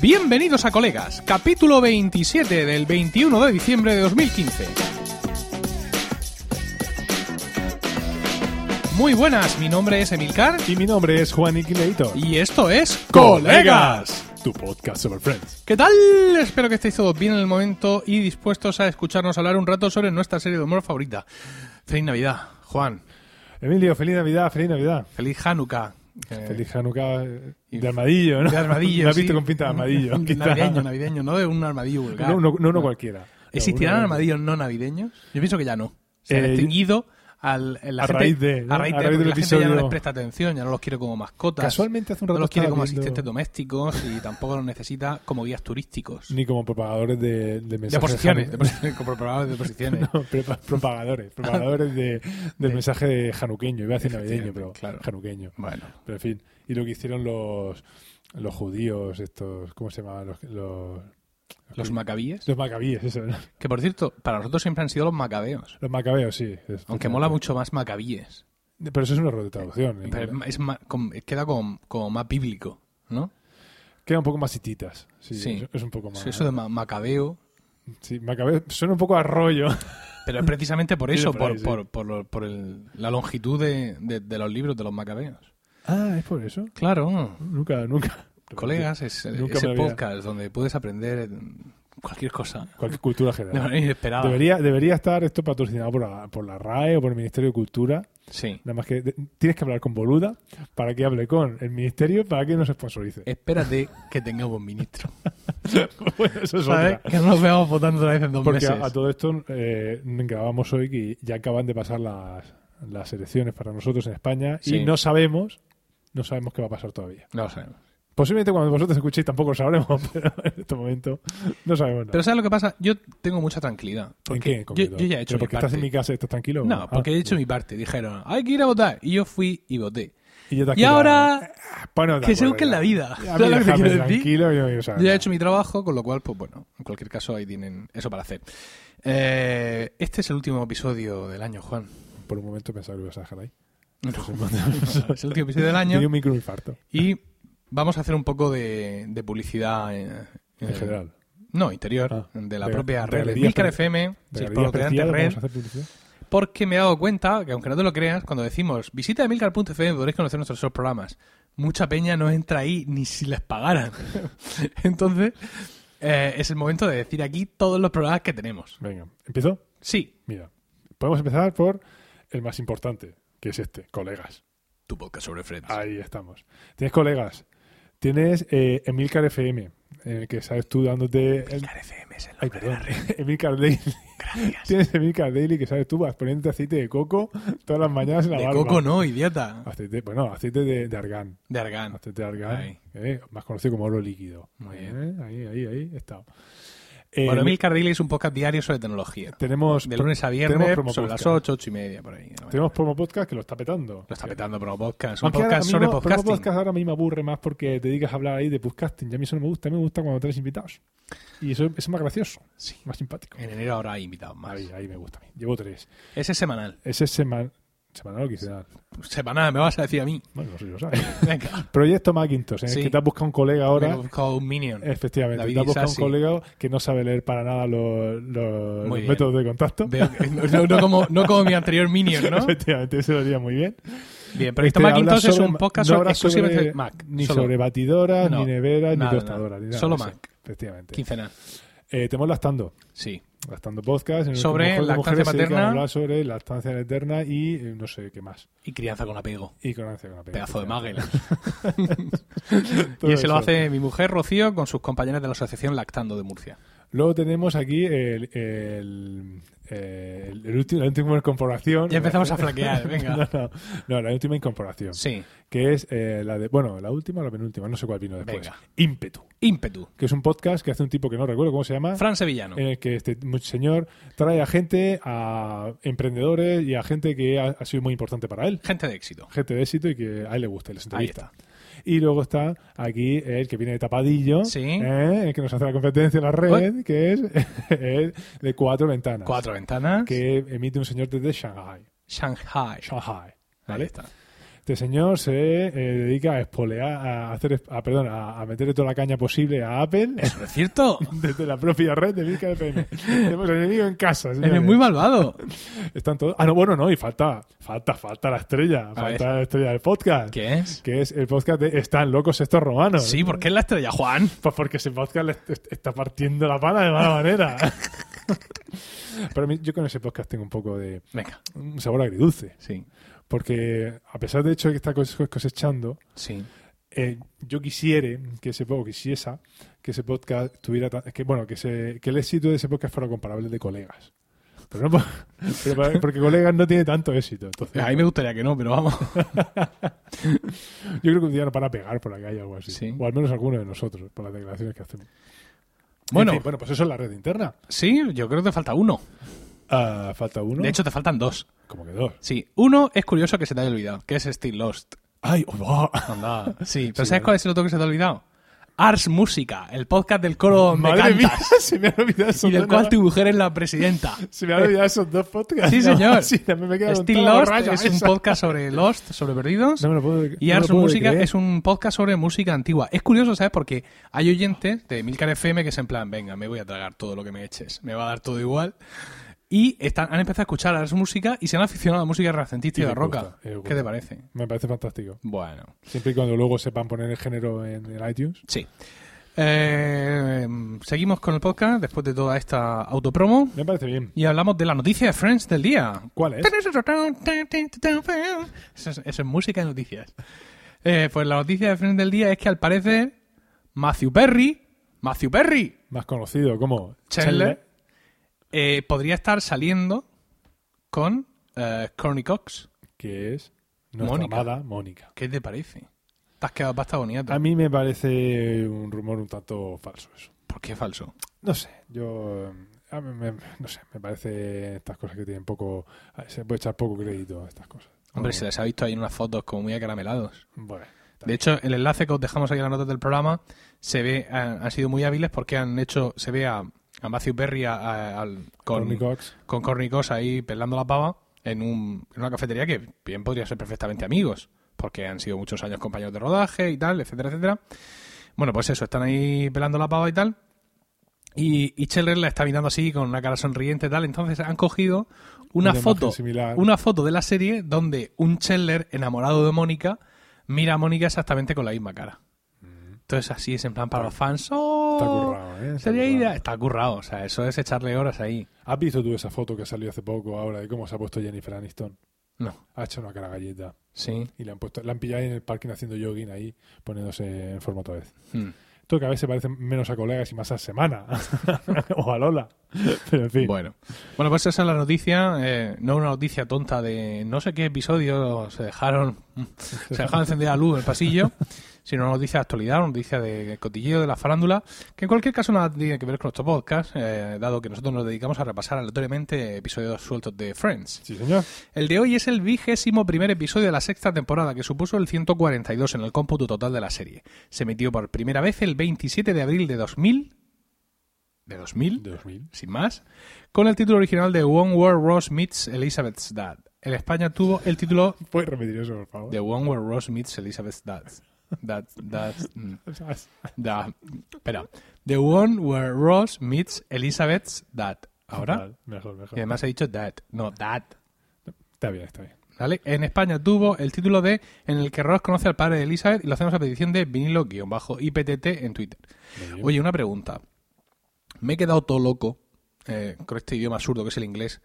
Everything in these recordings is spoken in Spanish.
Bienvenidos a Colegas, capítulo 27 del 21 de diciembre de 2015. Muy buenas, mi nombre es Emilcar Y mi nombre es Juan Iquileito. y esto es Tu podcast sobre Friends. ¿Qué tal? Espero que estéis todos bien en el momento y dispuestos a escucharnos hablar un rato sobre nuestra serie de humor favorita. Feliz Navidad, Juan. Emilio, feliz Navidad, feliz Navidad. Feliz Hanukkah. Eh, Feliz Hanukkah eh, de armadillo, ¿no? de armadillo. Me has sí. visto con pinta de armadillo. quizá. navideño, navideño, no de un armadillo vulgar. No, no, no, no cualquiera. ¿Existirán Alguno- armadillos no navideños? Yo pienso que ya no. Se han Eh, extinguido al, eh, la a gente- raíz de, ¿no? a raíz de, A raíz porque del la gente ya no episodio. les presta atención, ya no los quiere como mascotas. Casualmente hace un no rato los quiere estaba como viendo- asistentes domésticos y tampoco los necesita como guías turísticos. Ni como propagadores de, de mensajes. de posiciones, de hanu- posiciones, como programas de posiciones. No, prepa- propagadores. Propagadores de- del mensaje de januqueño. Iba a decir navideño, Efectivamente, pero claro. januqueño. Bueno, Pero en fin. Y lo que hicieron los, los judíos, estos. ¿Cómo se llamaban? Los, los, los macabíes, los macabíes, eso. ¿no? que por cierto, para nosotros siempre han sido los macabeos. Los macabeos, sí. es- Aunque mola mucho más macabíes. Pero eso es un error de traducción. ¿eh? en Eh, Pero es inglés. ma- es ma- con- queda como, como más bíblico, ¿no? Queda un poco más hititas. Sí, Sí. Es, es un poco más. Eso de ma- macabeo, Sí, macabeo suena un poco a rollo. Pero es precisamente por Viene eso, por por, ahí, sí. por- por lo- por el- la longitud de, de- de los libros de los macabeos. Ah, es por eso. Claro, Nunca, nunca. colegas, es, Nunca es me el había- podcast donde puedes aprender cualquier cosa Cualquier cultura de general. manera inesperada. Debería, debería estar esto patrocinado por la, por la RAE o por el Ministerio de Cultura. Sí. Nada más que de- tienes que hablar con Boluda para que hable con el Ministerio para que nos Eh, sponsorice. Espérate que tengamos ministro. Bueno, eso es ¿Sabes? otra. Que no nos veamos votando otra vez en dos Porque meses. a, a todo esto eh, grabamos hoy que ya acaban de pasar las, las elecciones para nosotros en España Sí. y no sabemos, no sabemos qué va a pasar todavía. No lo sabemos. Posiblemente cuando vosotros escuchéis tampoco lo sabremos, pero en este momento no sabemos nada. Pero ¿sabes lo que pasa? Yo tengo mucha tranquilidad. ¿En Porque qué en yo, concreto? yo ya he hecho ¿Pero mi porque parte. estás en mi casa y estás tranquilo? No, porque Ah, he hecho mi parte. Dijeron, hay que ir a votar. Y yo fui y voté. Y, ya te has Y quedado- ahora, Ah, pues no te que se acuerdas busquen ya. la vida. A mí ¿Sabes lo que te déjame quiero decir? tranquilo, yo, yo sabes Yo ya he nada. hecho mi trabajo, con lo cual, pues bueno, en cualquier caso ahí tienen eso para hacer. Eh, este es el último episodio del año, Juan. Por un momento pensaba que lo ibas a dejar ahí. No, es el último episodio del Tenía año un microinfarto, y vamos a hacer un poco de, de publicidad eh, en eh, general. No, interior, Ah, de la de- propia de red de galerías Milcar pre- FM, ¿De si es galerías por lo que preciadas red, vamos a hacer publicidad? porque me he dado cuenta que, aunque no te lo creas, cuando decimos visita emilcar.fm podréis conocer nuestros otros programas. Mucha peña no entra ahí ni si les pagaran. Entonces, eh, es el momento de decir aquí todos los programas que tenemos. Venga, ¿empiezo? Sí, Mira, podemos empezar por el más importante, que es este, colegas. tu podcast sobre Friends. Ahí estamos. Tienes colegas. Tienes eh, Emilcar FM, en el que sabes tú dándote... el- Emilcar FM es el Ay, nombre de perdón. la red. Emilcar Daily. Gracias. Tienes Emilcar Daily, que sabes tú, vas poniéndote aceite de coco todas las mañanas en la De barba. coco no, idiota. Aceite, bueno, aceite de, de argán. De argán. Aceite de argán, Ahí. eh, más conocido como oro líquido. Muy Eh, ahí, ahí, ahí, he estado. Bueno, Eh, Emilcar Daily es un podcast diario sobre tecnología. tenemos, De lunes a tenemos viernes promo sobre las podcast. 8, 8 y media, por ahí. tenemos promo podcast que lo está petando. Lo está petando Promo Podcast. Un Aunque ahora podcast sobre mismo- pero podcasting. los podcasts ahora a mí me aburre más porque te dedicas a hablar ahí de podcasting. Ya a mí eso no me gusta, a mí me gusta cuando traes invitados. Y eso es más gracioso, Sí. más simpático. En enero ahora hay invitados más. Ahí, ahí me gusta a mí. Llevo tres. Ese es semanal. Ese es seman- semanal o quincenal. Semanal, me vas a decir a mí. Bueno, no sé si lo sabes. Venga. Proyecto Macintosh, en Sí. el que te has buscado un Me colega he ahora. buscado un Minion. Efectivamente, David te has buscado un Isasi. colega que no sabe leer para nada los, los- Muy los bien. métodos de contacto. Veo que- no, no como, no como mi anterior Minion, ¿no? Efectivamente, eso lo haría muy bien. Bien, pero esto Este, habla Macintosh es sobre- un podcast no sobre- habla exclusivamente sobre- Mac. Ni solo, sobre batidoras, No, ni neveras, nada, ni tostadoras. ni nada solo de eso. Mac. Efectivamente. Quincenal. Eh, tenemos lactando. Sí. Lactando podcast. En el que Sobre mujeres- lactancia mujeres se dedican materna. a hablar sobre lactancia materna y eh, no sé qué más. Y crianza con apego. Y con ansia, con apego. Pedazo de maguel. Todo y ese lo eso. hace mi mujer, Rocío, con sus compañeras de la Asociación Lactando de Murcia. Luego tenemos aquí el, el, eh, el- el último, la última incorporación. Ya empezamos a flaquear, No, venga. no, no, la última incorporación. Sí. Que es eh, la de. Bueno, la última o la penúltima, no sé cuál vino después. Venga. Ímpetu. Ímpetu. Que es un podcast que hace un tipo que no recuerdo cómo se llama. Fran Sevillano. en el que este mu- señor trae a gente, a emprendedores y a gente que ha, ha sido muy importante para él, Gente de éxito. gente de éxito y que a él le gusta y les Ahí entrevista. está. Y luego está aquí el que viene de tapadillo, Sí. ¿eh? el que nos hace la competencia en la red, que es el de cuatro ventanas, Cuatro ventanas. que emite un señor desde Shanghai. Shanghai. Shanghai Ahí está. Este señor se eh, dedica a espolear, a hacer, a, perdón, a, a meterle toda la caña posible a Apple ¿Eso no es cierto? desde la propia red de Milka FM. Tenemos enemigo en casa. Eres señores. muy malvado. Están todos. Ah, no, bueno, no, y falta, falta, falta la estrella, falta la estrella del podcast. ¿Qué es? Que es el podcast de Están locos estos romanos. Sí, porque es la estrella, Juan. Pues porque ese podcast le est- está partiendo la pana de mala manera. Pero a mí- yo con ese podcast tengo un poco de Venga, un sabor agridulce. sí, Porque a pesar de hecho de que está cose- cosechando, sí. eh, yo quisiera que ese po- quisiera que ese podcast tuviera ta- que bueno que, ese- que el éxito de ese podcast fuera comparable al de colegas pero no po- pero pa- porque colegas no tiene tanto éxito entonces Eh, A mí me gustaría que no, pero vamos. yo creo que un día nos van a pegar por la calle o algo así Sí. o al menos alguno de nosotros por las declaraciones que hacemos En Bueno, fin, bueno pues eso es la red interna sí, yo creo que te falta uno. Ah, falta uno De hecho, te faltan dos. como que dos Sí, uno es curioso que se te haya olvidado, que es Still Lost. ay oh, wow. Anda. Sí, pero Sí, ¿sabes vale. cuál es el otro que se te ha olvidado? Ars Música, el podcast del coro Me madre mía Cantas, se me ha olvidado esos y del dos cual nada- tu mujer es la presidenta. se me han olvidado esos dos podcasts Sí, nada señor. más. sí, también me quedaron Still todos Lost rayos es un esos. podcast sobre Lost, sobre perdidos. No me lo puedo- y no Ars lo puedo Música creer. es un podcast sobre música antigua. Es curioso, ¿sabes? Porque hay oyentes de Milcar FM que es en plan, venga, me voy a tragar todo lo que me eches, me va a dar todo igual. Y están, han empezado a escuchar Ars Música y se han aficionado a la música renacentista y Y les barroca. gusta, y les ¿Qué gusta. te parece? me parece fantástico Bueno. Siempre y cuando luego sepan poner el género en el iTunes. Sí. Eh, seguimos con el podcast después de toda esta autopromo Me parece bien. y hablamos de la noticia de Friends del día. ¿Cuál es? Eso es, eso es música de noticias. Eh, pues la noticia de Friends del día es que al parecer Matthew Perry, Matthew Perry, Más conocido como Chandler, eh, podría estar saliendo con eh, Courtney Cox. que es nuestra Mónica. amada Mónica. ¿Qué te parece? Te has quedado pasta bonita. A mí me parece un rumor un tanto falso eso. ¿Por qué falso? No sé, yo eh, a mí me- no sé, me parece estas cosas que tienen poco se puede echar poco crédito a estas cosas. Hombre, No, se les ha visto ahí en unas fotos como muy acaramelados. bueno. De hecho, el enlace que os dejamos aquí en las notas del programa se ve, han, han sido muy hábiles porque han hecho, se ve a, a Matthew Perry a- a- al- Courtney con, Cox. con Courtney Cox ahí pelando la pava en, un- en una cafetería que bien podría ser perfectamente amigos, porque han sido muchos años compañeros de rodaje y tal, etcétera, etcétera. Bueno, pues eso, están ahí pelando la pava y tal. Y, y Scheller la está mirando así con una cara sonriente y tal. Entonces han cogido una, Una imagen foto similar. una foto de la serie donde un Chandler enamorado de Mónica mira a Mónica exactamente con la misma cara. Entonces así es en plan para los fans. ¡Oh! Mm, Está currado, ¿eh? Está Sería currado. idea- Está currado, o sea, eso es echarle horas ahí. ¿Has visto tú esa foto que salió hace poco ahora de cómo se ha puesto Jennifer Aniston? No, Ha hecho una cara galleta sí. y la han puesto la han pillado ahí en el parking haciendo jogging ahí poniéndose en forma otra vez. Hmm. Esto que a veces parece menos a colegas y más a semana. o a Lola. Pero en fin. Bueno. bueno, pues esa es la noticia. eh, no una noticia tonta de no sé qué episodio se dejaron, se dejaron encendida la luz en el pasillo, sino una noticia de actualidad, una noticia de cotilleo de la farándula, que en cualquier caso nada tiene que ver con nuestro podcast, eh, dado que nosotros nos dedicamos a repasar aleatoriamente episodios sueltos de Friends. Sí, señor. El de hoy es el vigésimo primer episodio de la sexta temporada, que supuso el 142 en el cómputo total de la serie. Se emitió por primera vez el 27 de abril de 2000. ¿De 2000? De 2000. sin más, con el título original de One Where Ross Meets Elizabeth's Dad. En España tuvo el título ¿Puedes repetir eso, por favor? de One Where Ross Meets Elizabeth's Dad. Dad, dad, mm, O sea, es- da- espera. The One Where Ross Meets Elizabeth's Dad. Ahora. Vale, Mejor, mejor. Y además he dicho Dad, no Dad. Está bien, está bien. ¿Vale? En España tuvo el título de En el que Ross conoce al padre de Elizabeth y lo hacemos a petición de vinilo-iptt en Twitter. Muy bien. Oye, una pregunta. Me he quedado todo loco eh, con este idioma absurdo que es el inglés,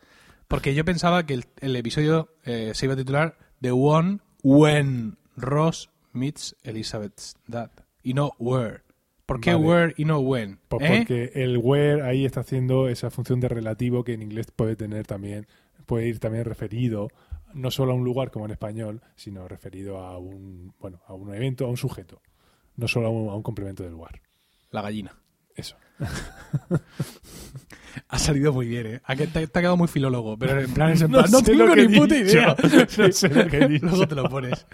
porque yo pensaba que el, el episodio eh, se iba a titular The One When Ross Meets Elizabeth's Dad y no Where. ¿Por qué Vale. Where y no When? Pues ¿Eh? porque el where ahí está haciendo esa función de relativo que en inglés puede tener también, puede ir también referido no solo a un lugar como en español, sino referido a un, bueno, a un evento, a un sujeto, no solo a un, a un complemento del lugar. La gallina. Eso. Ha salido muy bien, ¿eh? Ha que- te, te ha quedado muy filólogo, pero en plan es en No plan, no, sé tengo lo que ni he puta dicho. idea. No sé lo que he dicho. Luego te lo pones.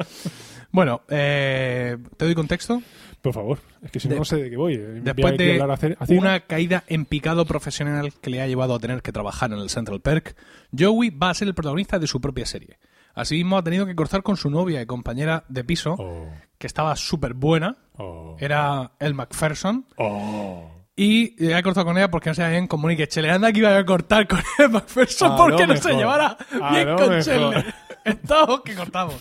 Bueno, eh, te doy contexto. Por favor, es que si De- no, no sé de qué voy. eh. Voy a Después aquí a de hablar a hacer- a hacer- una caída en picado profesional que le ha llevado a tener que trabajar en el Central Perk, Joey va a ser el protagonista de su propia serie. Asimismo, ha tenido que cortar con su novia y compañera de piso, Oh, que estaba súper buena. oh, Era el McPherson. oh. Y eh, ha cortado con ella porque no se lleva bien con Monique Chele. Anda que iba a cortar con el McPherson A porque lo no se mejor. llevara A bien lo con mejor. Chele. Estamos que cortamos.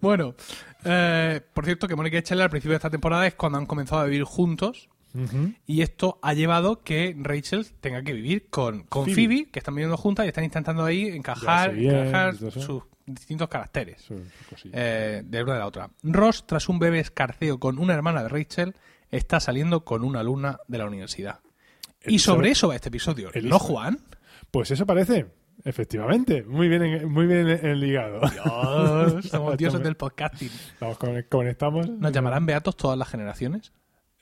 Bueno, eh, por cierto que Monique Chele al principio de esta temporada es cuando han comenzado a vivir juntos. Ujú. Y esto ha llevado que Rachel tenga que vivir con, con Phoebe. Phoebe. que están viviendo juntas y están intentando ahí encajar, Llevarse bien, encajar y todo eso. sus distintos caracteres Eso es cosilla. eh, de una de la otra. Ross, tras un breve escarceo con una hermana de Rachel, está saliendo con una alumna de la universidad. Y Elizabeth- sobre eso va este episodio, ¿no, Elizabeth. Juan? Pues eso parece, efectivamente. Muy bien, en- muy bien enligado. Ah, somos dioses del podcasting. Nos con- conectamos. ¿Nos llamarán beatos todas las generaciones?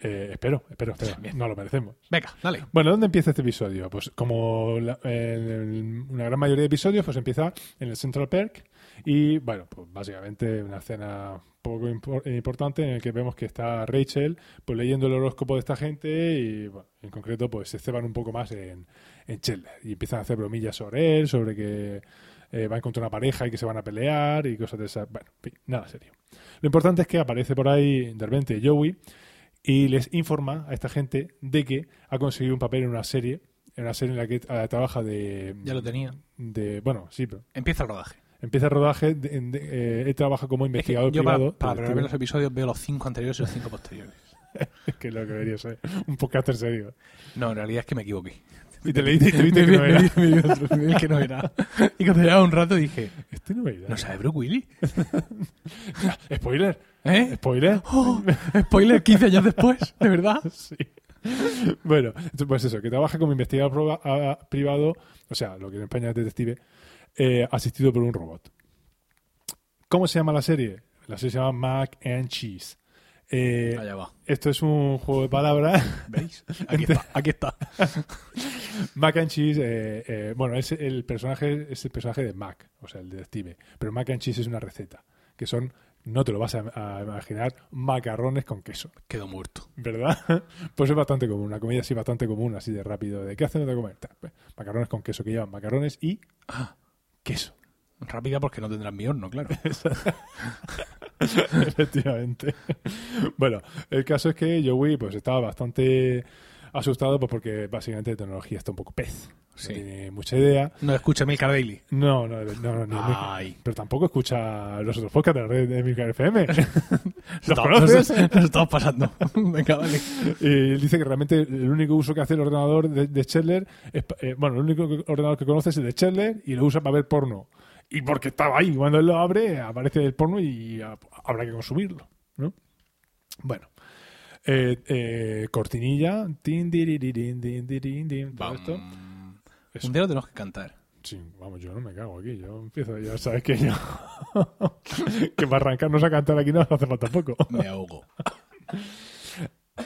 Eh, espero, espero, espero. No lo merecemos. Venga, dale. Bueno, ¿dónde empieza este episodio? Pues como la- en el- una gran mayoría de episodios, pues empieza en el Central Park y, bueno, pues básicamente una escena poco impor- importante en el que vemos que está Rachel pues leyendo el horóscopo de esta gente y, bueno, en concreto, pues se ceban un poco más en, en Chandler y empiezan a hacer bromillas sobre él, sobre que eh, va a encontrar una pareja y que se van a pelear y cosas de esas. Bueno, en fin, nada serio. Lo importante es que aparece por ahí de repente Joey y les informa a esta gente de que ha conseguido un papel en una serie, en una serie en la que eh, trabaja de, Ya lo tenía. de- bueno, sí, pero Empieza el rodaje. empieza el rodaje, de- en- de- eh, él trabaja como Es que investigador yo para, privado. para preparar los detective, episodios veo los cinco anteriores y los cinco posteriores. que es lo que debería ser, un podcast en serio. No, en realidad es que me equivoqué. Y te leíste y te Me viste que vi- no me era. vi- me vi otro nivel que no era. Y cuando llevaba un rato dije, Este no me irá. ¿no sabe Brooke Willy? Spoiler, ¿Eh? spoiler. Oh, spoiler 15 años después, de verdad. Sí. Bueno, entonces, pues eso, que trabaja como investigador proba- a- privado, o sea, lo que en España es detective, eh, asistido por un robot. ¿Cómo se llama la serie? La serie se llama Mac and Cheese. Eh, Allá va. esto es un juego de palabras. ¿Veis? Aquí está, aquí está. Mac and Cheese, eh, eh, bueno, es el personaje es el personaje de Mac, o sea, el detective. Pero Mac and Cheese es una receta, que son, no te lo vas a, a imaginar, macarrones con queso. Quedó muerto. ¿Verdad? Pues es bastante común, una comida así bastante común, así de rápido. ¿De qué hacen de comer? Ta, pues, Macarrones con queso, que llevan macarrones y ah, queso, Rápida porque no tendrán mi horno, claro. efectivamente. Bueno, el caso es que Joey pues estaba bastante asustado pues porque básicamente la tecnología está un poco pez. Sí. No tiene mucha idea. No escucha Milka Daily. No, no, no, no, ni- Ay. Pero tampoco escucha los otros podcasts de la red de Milcar FM. ¿Los No, conoces? Nos, nos estamos pasando. Venga, vale. Y él dice que realmente el único uso que hace el ordenador de, de Chandler es pa- eh, bueno, el único que- ordenador que conoce es el de Chandler y lo usa para ver porno. Y porque estaba ahí, cuando él lo abre, aparece el porno y ah, habrá que consumirlo. ¿no? Bueno. Eh, eh, cortinilla. Tin, diriririn, din, dirin, din, todo esto. Bam. Eso. Un día lo tenemos que cantar. Sí, vamos, yo no me cago aquí. Yo empiezo, ya sabes que yo. que para arrancarnos a cantar aquí no hace falta poco. Me ahogo.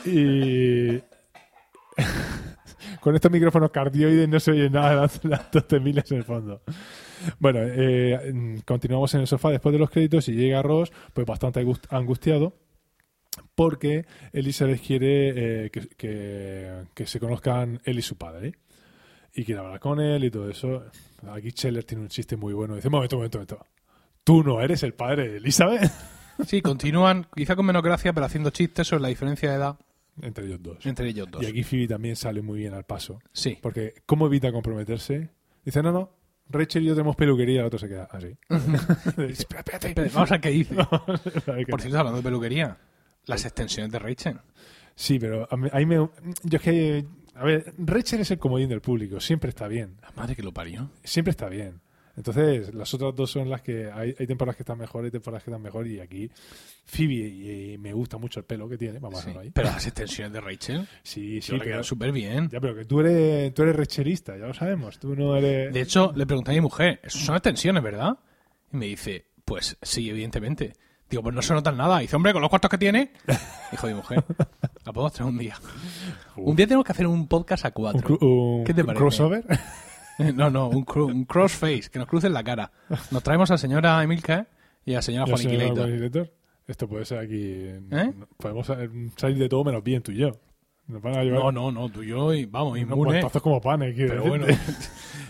Y. Con estos micrófonos cardioides no se oye nada de las- las dos de miles en el fondo. Bueno, eh, mm, continuamos en el sofá después de los créditos y llega Ross, pues bastante angust- angustiado, porque Elizabeth quiere eh, que, que- que se conozcan él y su padre. Y quiere hablar con él y todo eso. Aquí Scheller tiene un chiste muy bueno. Dice, momento, momento, momento. ¿Tú no eres el padre de Elizabeth? Sí, continúan, quizá con menos gracia, pero haciendo chistes sobre la diferencia de edad Entre ellos dos. entre ellos dos. Y aquí Phoebe también sale muy bien al paso. Sí. Porque, ¿cómo evita comprometerse? Dice, no, no, Rachel y yo tenemos peluquería, el otro se queda así. espera, espérate. Espera, Vamos a qué dice. A ver qué Por tal. cierto, hablando de peluquería, las extensiones de Rachel. Sí, pero a mí, ahí me... Yo es que... eh, A ver, Rachel es el comodín del público, siempre está bien, La madre que lo parió. siempre está bien. Entonces, las otras dos son las que... Hay, hay temporadas que están mejor, hay temporadas que están mejor y aquí Phoebe y, y me gusta mucho el pelo que tiene, vamos a Sí. dejarlo ahí. Pero las extensiones de Rachel Sí, sí, yo le pero, quedan súper bien. ya, pero que tú eres, tú eres Rachelista, ya lo sabemos, tú no eres... De hecho, le pregunté a mi mujer, "Eso son extensiones, ¿verdad? Y me dice, pues sí, evidentemente. Digo, pues no se notan nada. Y dice, hombre, con los cuartos que tiene. Dijo mi mujer, la podemos traer un día. Un día tenemos que hacer un podcast a Un cuatro. cru- un- ¿Qué te un parece? crossover. No, no, un, cru- un crossface, que nos crucen la cara. Nos traemos a señora Emilka y a señora Ya Ah, Juan sé, Inquilator. Juan Inquilator. Esto puede ser aquí. ¿Eh? Podemos salir de todo menos bien tú y yo. Nos van a llevar No, no, no, tú y yo, y vamos, unos inmune. guantazos como panes, ¿eh? quiero Pero bueno, decirte.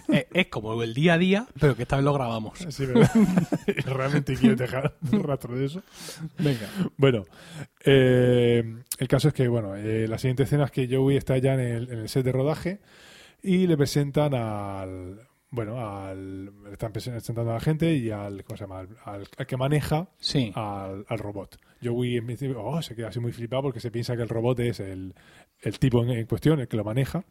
es, es como el día a día, pero que esta vez lo grabamos. Sí, ¿verdad? Realmente quieres dejar un rastro de eso. Venga. Bueno, eh, el caso es que, bueno, eh, la siguiente escena es que Joey está ya en el, en el set de rodaje y le presentan al. Bueno, al. le Están presentando a la gente y al. ¿Cómo se llama? Al, al- al que maneja Sí. al, al robot. Joey en principio, oh, se queda así muy flipado porque se piensa que el robot es el, el tipo en, en cuestión, el que lo maneja.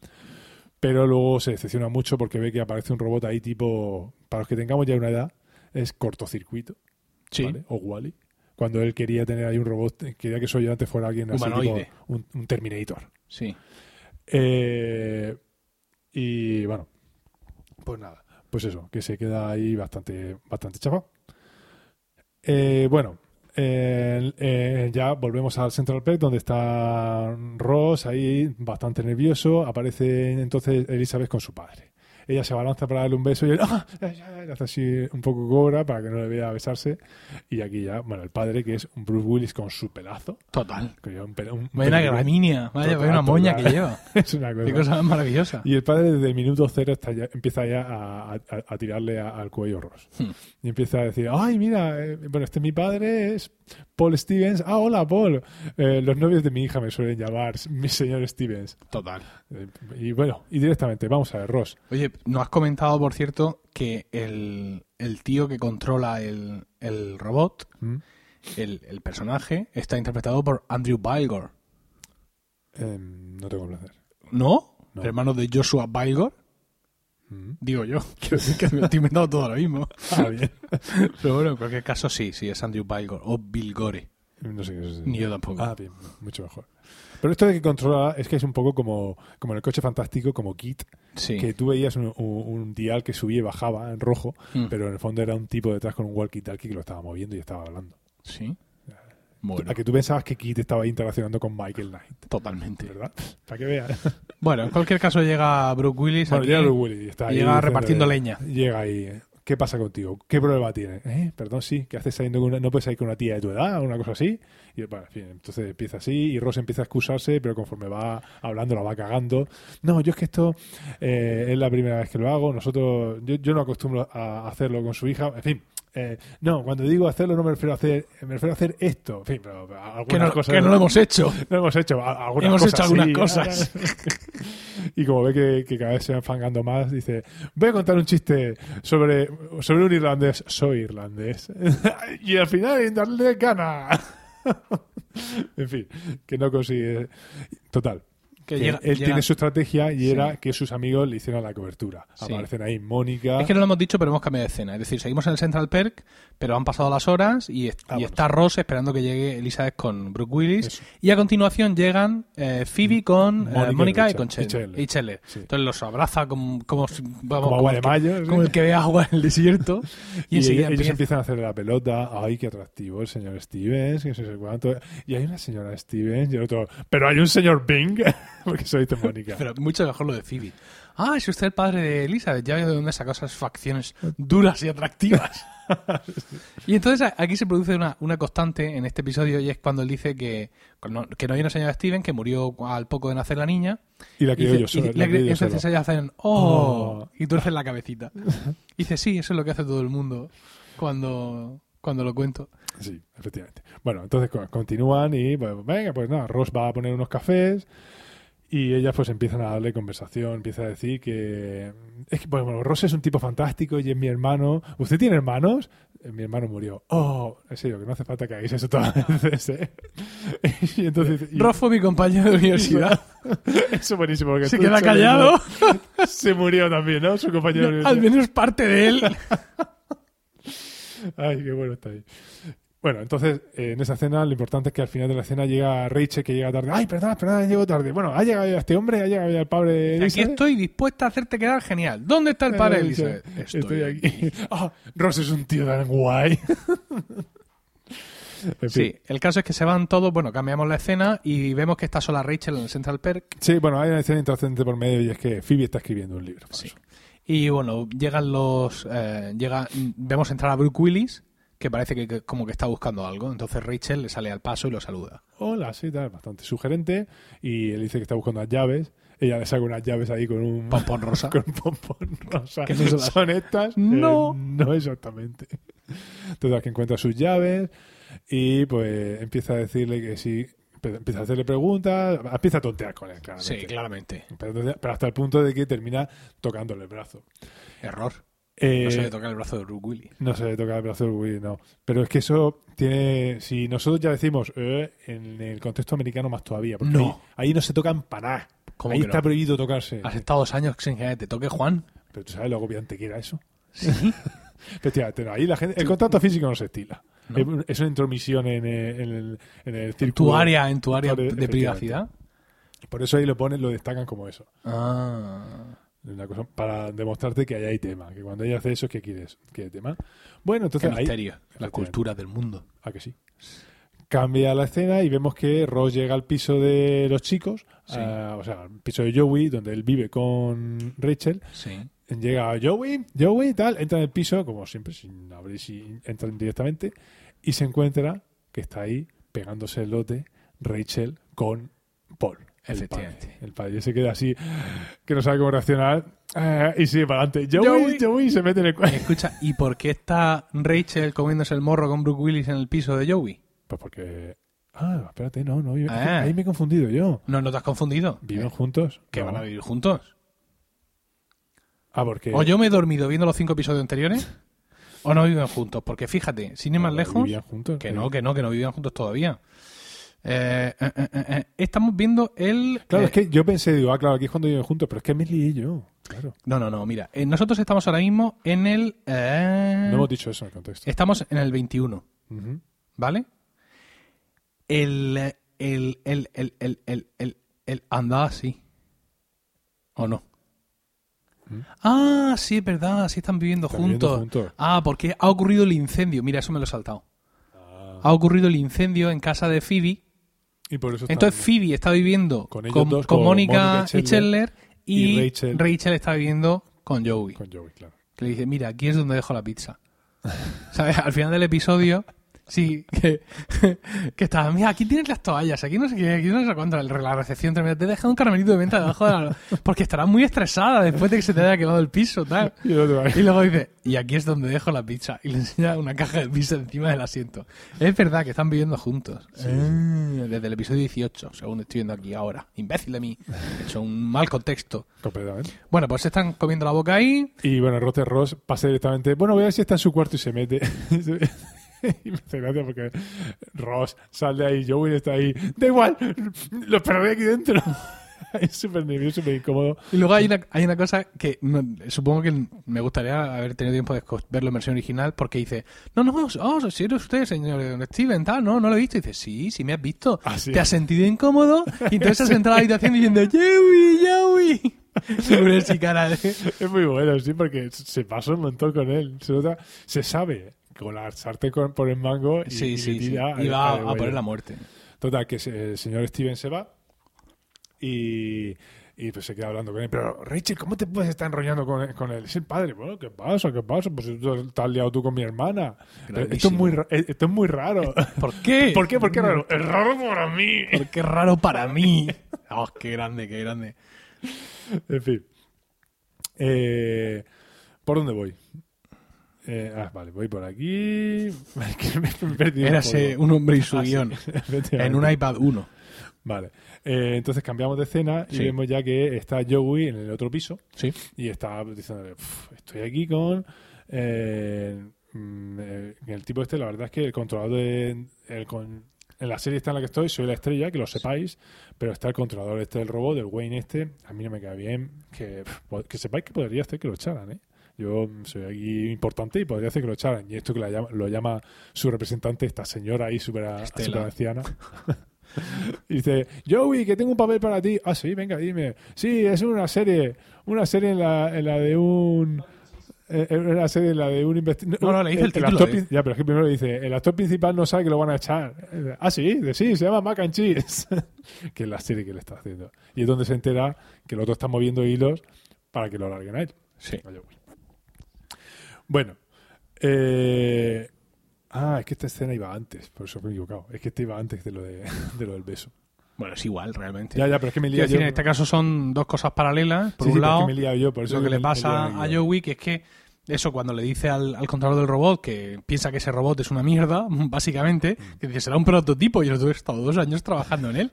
Pero luego se decepciona mucho porque ve que aparece un robot ahí tipo, para los que tengamos ya una edad, es cortocircuito, sí. ¿vale? O Wally. Cuando él quería tener ahí un robot, quería que su ayudante fuera alguien así Humanoide. tipo un, un Terminator. Sí. Eh, y bueno, pues nada, pues eso, que se queda ahí bastante, bastante chafado. Eh, bueno, eh, eh, ya volvemos al Central Park donde está Ross ahí bastante nervioso. Aparece entonces Elizabeth con su padre. Ella se balanza para darle un beso y él ¡ah! Le hace así un poco cobra para que no le vea besarse. Y aquí ya, bueno, el padre que es un Bruce Willis con su pelazo. Total. que lleva un pelo- un Vaya pelo- gramínea, vaya, Total, vaya una moña total. que lleva. Es una cosa. Qué cosa más maravillosa. Y el padre desde el minuto cero está ya- empieza ya a, a- a tirarle a- al cuello Ross. Hmm. Y empieza a decir, ay, mira, eh, bueno, este mi padre es Paul Stevens. Ah, hola, Paul. Eh, los novios de mi hija me suelen llamar mi señor Stevens. Total. Eh, y bueno, y directamente, vamos a ver, Ross. Oye, no has comentado, por cierto, que el, el tío que controla el, el robot, ¿Mm? el, el personaje, está interpretado por Andrew Bylgore. Eh, no tengo placer. ¿No? No. Hermano de Joshua Bylgore, ¿Mm? digo yo. Quiero decir que me lo estoy inventando todo ahora mismo. Ah, bien. Pero bueno, en cualquier caso sí, sí, es Andrew Bylgore o Bilgore. No sé qué es eso. Ni yo tampoco. Ah, bien, mucho mejor. Pero esto de que controla es que es un poco como, como en el coche fantástico, como Kit, sí. que tú veías un, un- un dial que subía y bajaba en rojo, Mm. pero en el fondo era un tipo detrás con un walkie-talkie que lo estaba moviendo y estaba hablando. Sí. Bueno, A que tú pensabas que Kit estaba ahí interaccionando con Michael Knight, totalmente. ¿verdad? Para que veas. Bueno, en cualquier caso llega Brooke Willis. Bueno, aquí. llega Bruce Willis y está ahí Llega diciéndole- repartiendo leña. Llega ahí. ¿eh? ¿Qué pasa contigo? ¿Qué problema tienes? ¿Eh? Perdón, sí. ¿Qué haces saliendo con una, no puedes salir con una tía de tu edad o una cosa así? Y bueno, en fin, entonces empieza así y Ross empieza a excusarse, pero conforme va hablando la va cagando. No, yo es que esto eh, es la primera vez que lo hago. Nosotros, yo, yo no acostumbro a hacerlo con su hija. En fin. eh, no, cuando digo hacerlo no me refiero a hacer, me refiero a hacer esto. En fin, pero algunas que no, cosas que no lo hemos hecho. no hemos hecho a- algunas Hemos cosas. hecho algunas sí. cosas. y como ve que, que cada vez se va enfangando más, dice, voy a contar un chiste sobre, sobre un irlandés. Soy irlandés. y al final darle gana. en fin, que no consigue. Total. Que que llega- él llega- tiene su estrategia y Sí. era que sus amigos le hicieran la cobertura. Sí. Aparecen ahí Mónica. Es que no lo hemos dicho, pero hemos cambiado de escena. Es decir, seguimos en el Central Perk, pero han pasado las horas y, est- Ah, y bueno, está Ross esperando que llegue Elizabeth con Brooke Willis. Eso. Mm. Y a continuación llegan eh, Phoebe con eh, Mónica y Mónica y, Rachel. con Chandler. Y Chandler. Y Chandler. Sí. Entonces los abraza como, como, si- vamos, Como agua el de que- mayo, como sí. el que ve agua en el desierto. Y, Y, enseguida ellos empieza- empiezan a hacer la pelota. Ay, qué atractivo el señor Stevens, que no sé si cuánto. Y hay una señora Stevens y el otro. Pero hay un señor Bing, porque se lo dice Mónica. Pero mucho mejor lo de Phoebe. Ah, es usted el padre de Elizabeth. Ya veo de dónde sacó esas facciones duras y atractivas. y entonces a- aquí se produce una, una constante en este episodio y es cuando él dice que no, que no hay una señora Steven que murió al poco de nacer la niña. y la Y crió dice- yo y solo. dice- la la crió cri- yo solo. entonces ellas hacen ¡Oh! Oh. Y tuercen la cabecita. Y dice, sí, eso es lo que hace todo el mundo cuando, cuando lo cuento. Sí, efectivamente. Bueno, entonces co- continúan y, bueno, venga, pues nada, Ross va a poner unos cafés y ellas pues empiezan a darle conversación, empieza a decir que... Es que, bueno, Ross es un tipo fantástico y es mi hermano. ¿Usted tiene hermanos? "Eh, Mi hermano murió. Oh, en serio, que no hace falta que hagáis eso todas las veces, ¿eh?". y entonces... y- Ross fue mi compañero de universidad. Eso es buenísimo. Porque Se tú queda sabes, callado. ¿no? Se murió también, ¿no? Su compañero. de Al universidad. menos parte de él. Ay, qué bueno está ahí. Bueno, entonces, eh, en esa cena, lo importante es que al final de la cena llega Rachel, que llega tarde. Ay, perdona, perdona, llego tarde. Bueno, ha llegado ya este hombre, ha llegado ya el padre de Aquí Elizabeth. estoy dispuesta a hacerte quedar genial. ¿Dónde está el padre de Eh, Elizabeth? Estoy, aquí. Ah, Ross es un tío tan guay. En fin. Sí, el caso es que se van todos, bueno, cambiamos la escena y vemos que está sola Rachel en el Central Perk Sí, bueno, hay una escena interesante por medio y es que Phoebe está escribiendo un libro. falso. y bueno, llegan los, eh, llega, vemos entrar a Brooke Willis que parece que, que como que está buscando algo. Entonces Rachel le sale al paso y lo saluda. Hola, sí, tal, bastante sugerente. Y él dice que está buscando las llaves. Ella le saca unas llaves ahí con un Pompón rosa. con un pompón rosa. ¿Qué son las- ¿Son estas? No. Eh, no exactamente. Entonces que encuentra sus llaves y pues empieza a decirle que sí, empe- empieza a hacerle preguntas, empieza a tontear con él, claramente. Sí, claramente. Pero, entonces- pero hasta el punto de que termina tocándole el brazo. Error. Eh, No se le toca el brazo de Bruce Willis. no se le toca el brazo del Wii, no. Pero es que eso tiene. Si nosotros ya decimos eh, en el contexto americano, más todavía. Porque No. Ahí, ahí no se tocan para nada. ¿Cómo ahí que está no? Ah, prohibido tocarse. Has estado dos años sin que te toque Juan. Pero tú sabes lo agobiante que era eso. Sí. Efectivamente, no, ahí la gente, el contacto físico no se estila. No. Es un- Es una intromisión en el, en el, en el círculo. tu área, en tu área Vale, de efectivamente. privacidad. Por eso ahí lo ponen, lo destacan como eso. Ah. Una cosa para demostrarte que ahí hay tema. Que cuando ella hace eso es que quieres que hay tema. Bueno, Qué entonces ahí, misterio. La efectivamente. cultura del mundo. ¿A que sí? Cambia la escena y vemos que Ross llega al piso de los chicos, Sí. a- o sea, al piso de Joey, donde él vive con Rachel. Sí. Llega Joey, Joey, tal, entra en el piso, como siempre, sin abrir, si entran directamente, y se encuentra que está ahí pegándose el lote Rachel con Paul. el Efectivamente. padre. El padre se queda así, que no sabe cómo reaccionar, eh, y sigue para adelante. Joey, Joey. Joey, se mete en el cuello. Escucha, ¿y por qué está Rachel comiéndose el morro con Brooke Willis en el piso de Joey? Pues porque. Ah, espérate, no, no, yo- Ah. ahí me he confundido yo. No, ¿no te has confundido? ¿Viven juntos? Eh, ¿Que No. van a vivir juntos? Ah, porque. ¿O yo me he dormido viendo los cinco episodios anteriores? ¿O no viven juntos? Porque fíjate, sin ir más no, lejos, ¿Vivían juntos? Eh, que no, que no, que no vivían juntos todavía. Eh, eh, eh, eh, eh, estamos viendo el... Claro, eh, es que yo pensé, digo, ah, claro, aquí es cuando viven juntos, pero es que me lié yo. Claro. No, no, no, mira. eh, nosotros estamos ahora mismo en el... eh, No hemos dicho eso en el contexto. estamos en el 21. Ujú. ¿Vale? El, el, el, el, el, el, el, el andaba así. ¿O no? ¿Mm? Ah, sí, es verdad, sí están viviendo Están viviendo juntos. juntos. Ah, porque ha ocurrido el incendio. Mira, eso me lo he saltado. Ah. Ha ocurrido el incendio en casa de Phoebe. Y por eso. Entonces están- Phoebe está viviendo Con con, ellos con, dos, con Mónica Mónica y y Chandler y, y Rachel. Rachel. está viviendo con Joey. Con Joey, claro. Que le dice, mira, aquí es donde dejo la pizza. ¿Sabes? Al final del episodio, sí, que, que estaba, mira, aquí tienes las toallas, aquí no sé qué, aquí no sé cuánto, el- la recepción tremenda, te he dejado un caramelito de venta debajo de la... Porque estarás muy estresada después de que se te haya quemado el piso, tal. Y el otro ahí. Y luego dice, y aquí es donde dejo la pizza. Y le enseña una caja de pizza encima del asiento. Es verdad que están viviendo juntos. Ah, Desde el episodio 18, según estoy viendo aquí ahora. Imbécil de mí. He hecho un mal contexto. Completamente. Bueno, pues se están comiendo la boca ahí. Y bueno, Rotter Ross pasa directamente. Bueno, voy a ver si está en su cuarto y se mete. y me hace gracia porque Ross sale ahí, Joey está ahí. Da igual, lo esperaré aquí dentro. es súper nervioso, súper incómodo. Y luego hay una, hay una cosa que no- supongo que me gustaría haber tenido tiempo de esco- verlo en versión original porque dice, no, no, oh, si eres usted, señor eh, Steven, tal, no, no lo he visto. Y dice, sí, sí me has visto. Ah, sí. Te has sentido incómodo y entonces has entrado a la habitación diciendo, Joey, Joey. Y una sí cara de... Es muy bueno, sí, porque se pasa un montón con él. Se, nota- se sabe con la sartén con- por el mango y, y Sí, le sí, sí. tira al- Y va al a, a huello. poner la muerte. Total, que se- el señor Steven se va y, y pues se queda hablando con él. Pero, Rachel, ¿cómo te puedes estar enrollando con, con él? Es el padre. Bueno, ¿qué pasa? ¿Qué pasa? Pues tú estás liado tú con mi hermana. Pero Esto es, Gravísimo. muy, ra- eh, esto es muy raro. ¿Por qué? ¿Por qué? ¿Por qué raro? Es raro para mí. Porque es raro para mí. Oh, qué grande, qué grande. En fin. Eh, ¿Por dónde voy? Eh, ah, vale, voy por aquí. Es que me he perdido un Érase poco. un hombre y su Ah, sí, guión en efectivamente. un iPad 1. Vale. Eh, entonces cambiamos de escena y Sí. vemos ya que está Joey en el otro piso Sí. y está diciéndole, "Uf, estoy aquí con... eh, mm, eh, el tipo este, la verdad es que el controlador de... el con- en la serie está en la que estoy, soy la estrella, que lo sepáis, pero está el controlador este del robot, del Wayne este, a mí no me cae bien, que, pf, po- que sepáis que podría hacer que lo echaran, ¿eh? Yo mm, soy aquí importante y podría hacer que lo echaran. Y esto que la llama- lo llama su representante, esta señora ahí súper a- Estela. súper anciana. Y dice, Joey, que tengo un papel para ti. Ah, sí, venga, dime. Sí, es una serie. Una serie en la, en la de un... eh, eh, Una serie en la de un investigador. No, no, le dice el título, actor eh. prin- Ya, pero es que primero le dice, el actor principal no sabe que lo van a echar. Ah, sí, de sí, se llama Mac and Cheese. que es la serie que le está haciendo. Y es donde se entera que el otro está moviendo hilos para que lo larguen a él. Sí. A Joey. Bueno, eh, Ah, es que esta escena iba antes, por eso me he equivocado. Es que esta iba antes de lo, de, de lo del beso. Bueno, es igual, realmente. Ya, ya, pero es que me he Quiero liado decir, yo. en este caso son dos cosas paralelas. Por Sí, sí, pero es un que lado, me he liado yo, por eso lo me- eh. que le me he pasa liado a yo. Joe Wick es que eso, cuando le dice al, al controlador del robot que piensa que ese robot es una mierda, básicamente, Mm. que dice, será un prototipo y yo he estado dos años trabajando en él.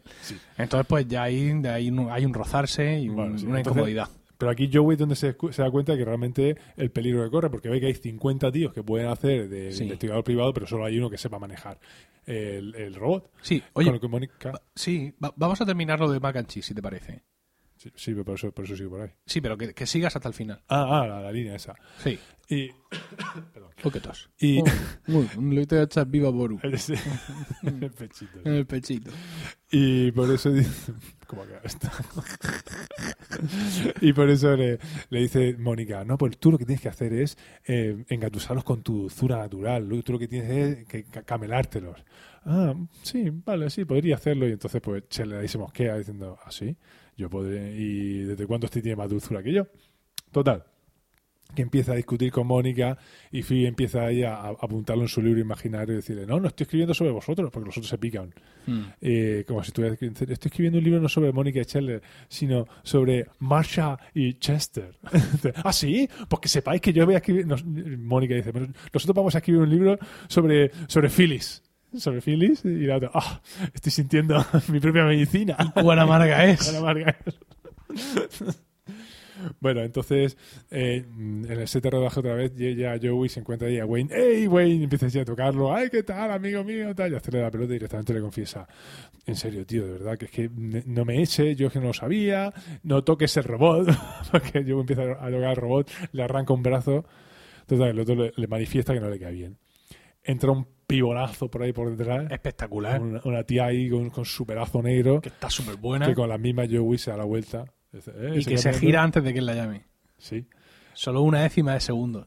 Entonces, pues ya ahí, de ahí un- hay un rozarse y un- Bueno, sí, una entonces- incomodidad. Pero aquí Joey es donde se, escu- se da cuenta que realmente el peligro que corre, porque ve que hay 50 tíos que pueden hacer de Sí. investigador privado, pero solo hay uno que sepa manejar el, el robot. Sí, oye, Con lo que Mónica... va- sí, va- vamos a terminar lo de Mac and Cheese, si te parece. Sí, sí, pero por eso, por eso sigo por ahí. Sí, pero que, que sigas hasta el final. Ah, ah la, la línea esa. Sí, Y... lo que tos. y Un litro de echar viva Boru ese- el pechito. en el pechito. Y por eso dice... ¿Cómo ha quedado esto? y por eso le, le dice Mónica, no, pues tú lo que tienes que hacer es eh, engatusarlos con tu dulzura natural. Lu- Tú lo que tienes es que ca- camelártelos. Ah, sí, vale, sí, podría hacerlo. Y entonces pues Chandler ahí se mosquea diciendo, ah, sí, yo podré... ¿Y desde cuándo este tiene más dulzura que yo? Total. Que empieza a discutir con Mónica y Phoebe empieza ahí a, a apuntarlo en su libro imaginario y decirle, no, no estoy escribiendo sobre vosotros porque los otros se pican Mm. eh, como si estuviera escri- estoy escribiendo un libro no sobre Mónica y Chandler, sino sobre Marsha y Chester. ah, sí, pues que sepáis que yo voy a escribir. nos- Mónica dice, "Pero nosotros vamos a escribir un libro sobre, sobre Phyllis. Sobre Phyllis y la otra, ah, estoy sintiendo mi propia medicina. Buena ¿eh? amarga es. Ana Vargas. Bueno, entonces eh, en el set de rodaje otra vez llega Joey, se encuentra ahí a Wayne. ¡Ey, Wayne! Y Empieza ya a tocarlo. ¡Ay, qué tal, amigo mío! Tal, y hacerle la pelota y directamente le confiesa. En serio, tío, de verdad, que es que ne- no me eche, yo es que no lo sabía, no toques el robot. Porque Joey empieza a tocar el robot, le arranca un brazo. Total, el otro le, le manifiesta que no le cae bien. Entra un pibonazo por ahí por detrás. Espectacular. Una, una tía ahí con, con su pelazo negro Que está súper buena. que con la misma Joey se da la vuelta. Dice, "Eh, ¿Eh? Y ese que se campeonato". gira antes de que él la llame. Sí. Solo una décima de segundo.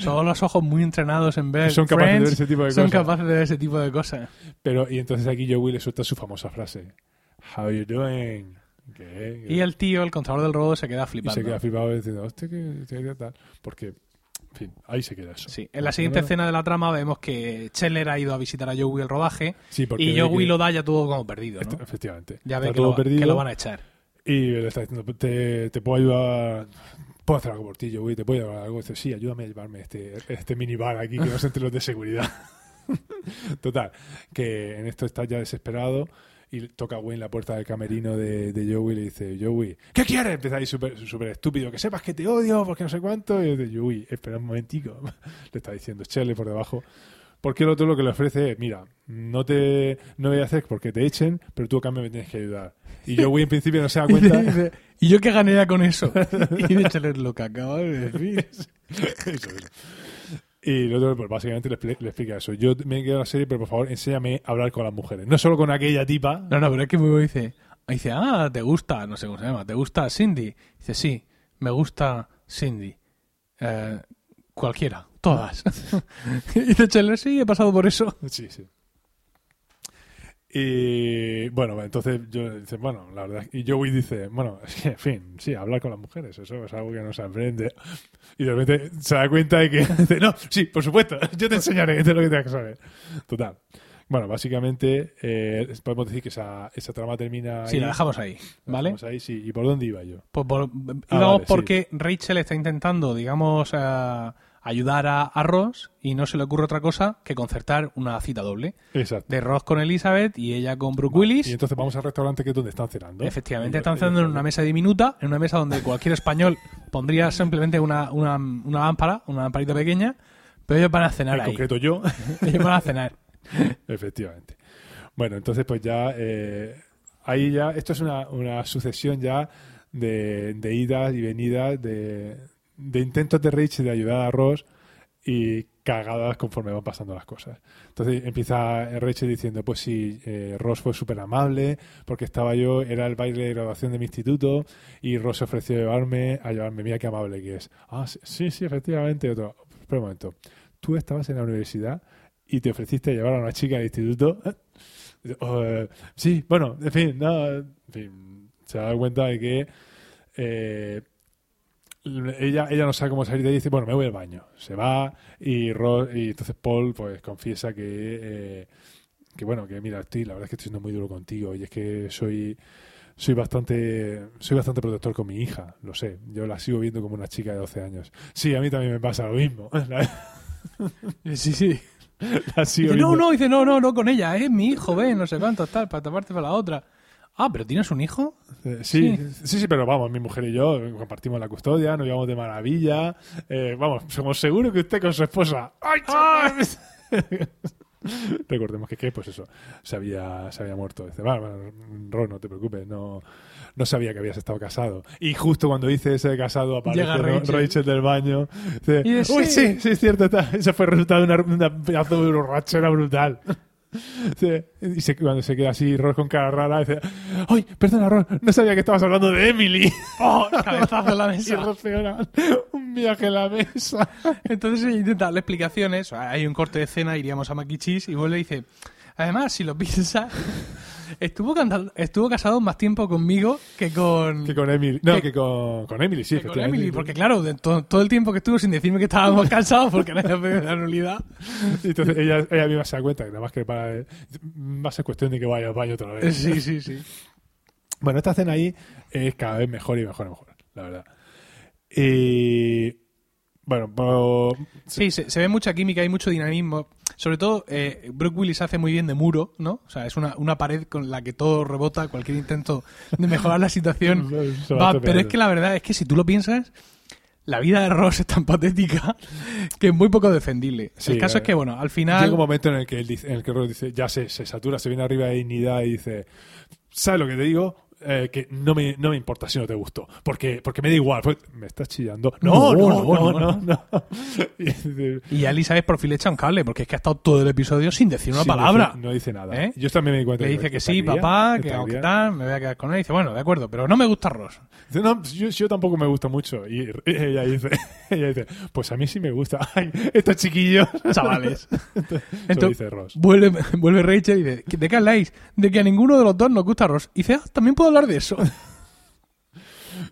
Solo los ojos muy entrenados en ver. Son capaces de Friends ver ese tipo de son cosas. capaces de ver ese tipo de cosas. Pero, y entonces aquí Joey le suelta su famosa frase. How you doing? ¿Qué? Y el tío, el controlador del robot, se queda Y flipando. se queda flipado diciendo, hostia, que que tal. Porque, en fin, ahí se queda eso. Sí. En la siguiente Bueno, escena de la trama vemos que Scheller ha ido a visitar a Joey el rodaje Sí, porque ve y que- Joey lo da ya todo como perdido, ¿no? Está- Efectivamente. Ya ve está que lo, todo va- que perdido. lo van a echar. Y le está diciendo, te, te puedo ayudar, puedo hacer algo por ti, Joey, te puedo ayudar algo. Dice, sí, ayúdame a llevarme este, este minibar aquí, que no se entre los de seguridad. Total, que en esto está ya desesperado y toca a Wayne la puerta del camerino de, de Joey y le dice, Joey, ¿qué quieres? Empieza ahí súper súper estúpido, que sepas que te odio, porque no sé cuánto. Y dice, Joey, espera un momentico, le está diciendo Shelley por debajo. Porque el otro lo que le ofrece es, mira, no te no voy a hacer porque te echen, pero tú a cambio me tienes que ayudar. Y Joey en principio no se da Y, cuenta. dice, "¿Y yo qué ganaría con eso? y de Scheller lo que acaba de decir. Eso es. Y el otro, pues básicamente le, expli- le explica eso. Yo me he quedado en la serie, pero por favor, enséñame a hablar con las mujeres. No solo con aquella tipa. No, no, pero es que muy bueno dice, dice, ah, te gusta, no sé cómo se llama, ¿te gusta Cindy? Dice, sí, me gusta Cindy. Eh, cualquiera, todas. y dice Chandler, sí, he pasado por eso. Sí, sí. Y bueno, entonces yo dice, bueno, la verdad, y Joey dice, bueno, es que, en fin, sí, hablar con las mujeres, eso es algo que no se aprende. Y de repente se da cuenta de que dice, no, sí, por supuesto, yo te enseñaré, esto es lo que tienes que saber. Total. Bueno, básicamente eh, podemos decir que esa, esa trama termina. Sí, ahí. la dejamos ahí, La ¿vale? dejamos ahí, sí. ¿Y por dónde iba yo? Pues por- íbamos vale, sí. porque Rachel está intentando, digamos, eh, ayudar a, a Ross y no se le ocurre otra cosa que concertar una cita doble Exacto. de Ross con Elizabeth y ella con Brooke Y Willis. entonces vamos al restaurante que es donde están cenando. Efectivamente, Y- están cenando en una mesa diminuta, en una mesa donde cualquier español pondría simplemente una, una, una lámpara, una lamparita pequeña, pero ellos van a cenar En ahí. concreto yo. Ellos van a cenar. Efectivamente. Bueno, entonces pues ya eh, ahí ya, esto es una, una sucesión ya de, de idas y venidas, de, de intentos de Rachel de ayudar a Ross y cagadas conforme van pasando las cosas. Entonces empieza Rachel diciendo, pues sí, eh, Ross fue súper amable porque estaba yo, era el baile de graduación de mi instituto y Ross se ofreció a llevarme, a llevarme, mira qué amable que es. Ah, sí, sí, sí, efectivamente. Otro, espera un momento, tú estabas en la universidad y te ofreciste a llevar a una chica al instituto. ¿Eh? Dice, "Oh, eh, sí, bueno, en fin, no, en fin, se da cuenta de que eh, ella, ella no sabe cómo salir de ahí y dice, bueno, me voy al baño. Se va y, Ro- y entonces Paul pues confiesa que, eh, que bueno, que mira, estoy, la verdad es que estoy siendo muy duro contigo y es que soy, soy, bastante, soy bastante protector con mi hija, lo sé. Yo la sigo viendo como una chica de 12 años. Sí, a mí también me pasa lo mismo. La, Sí, sí. la sigo Dice, no, viendo. no, dice, no, no, no con ella, es mi hijo, ven, no sé cuánto, tal, para tomarte para la otra. Ah, pero tienes un hijo. Eh, Sí, sí, sí, pero vamos, mi mujer y yo compartimos la custodia, nos llevamos de maravilla. eh, vamos, somos seguros que usted con su esposa. ¡Ay, chaval! Recordemos que, ¿qué? Pues eso, se había, se había muerto. Dice, va, va, Ron, no te preocupes, no, no sabía que habías estado casado. Y justo cuando dice ese casado aparece Llega Ro- Rachel. Rachel. del baño. Dice, Y dice, Uy, sí. sí, sí, es cierto, está- eso fue el resultado de una, una pedazo de borrachera brutal. Dice- Y se- cuando se queda así, Ross con cara rara, dice: ¡Ay, perdona, Ross! No sabía que estabas hablando de Emily. ¡Oh! Cabezazo en la y mesa. Ross pegó un viaje a la mesa. Entonces ella intenta darle explicaciones. Hay un corte de escena, iríamos a Maquichis y vuelve y dice: Además, si lo piensas, estuvo, canta- estuvo casado más tiempo conmigo que con. Que con Emily. No, Que- que, con, con Emily, sí. que con efectivamente. Emily, porque claro, de to- todo el tiempo que estuvo sin decirme que estábamos casados porque nadie me dio la nulidad. Y Entonces ella, ella misma se da cuenta que nada más que para. eh, Va a ser cuestión de que vaya al baño otra vez. Sí, sí, sí. Bueno, esta escena ahí es cada vez mejor y mejor y mejor, la verdad. Y. Bueno, pero. Sí, se, se ve mucha química, hay mucho dinamismo. Sobre todo, eh, Brooke Willis hace muy bien de muro, ¿no? O sea, es una, una pared con la que todo rebota, cualquier intento de mejorar la situación. Se va va, estropeando. pero es que la verdad es que si tú lo piensas, la vida de Ross es tan patética que es muy poco defendible. Sí, el caso eh, es que, bueno, al Llega final... un momento en el que él dice, en el que Ross dice, ya se, se satura, se viene arriba de dignidad y dice, ¿sabes lo que te digo? Eh, que no me, no me importa si no te gustó, porque, porque me da igual. Fue, me estás chillando. No, no, no, no, no. Y dice, Y a Elizabeth por fin le echa un cable, porque es que ha estado todo el episodio sin decir una sí, palabra. No dice, no dice nada. ¿Eh? Yo también me di cuenta. Le de dice que esta sí, cría, papá, que esta aunque cría. tal, me voy a quedar con él. Y dice, bueno, de acuerdo, pero no me gusta Ross. Dice, no, pues yo, yo tampoco me gusta mucho. Y ella dice, ella dice, pues a mí sí me gusta. Ay, estos chiquillos. Chavales. Eso Entonces, dice Ross. Vuelve, vuelve Rachel y dice, ¿de qué habláis? De que a ninguno de los dos nos gusta Ross. Y dice, ah, también puedo hablar de eso.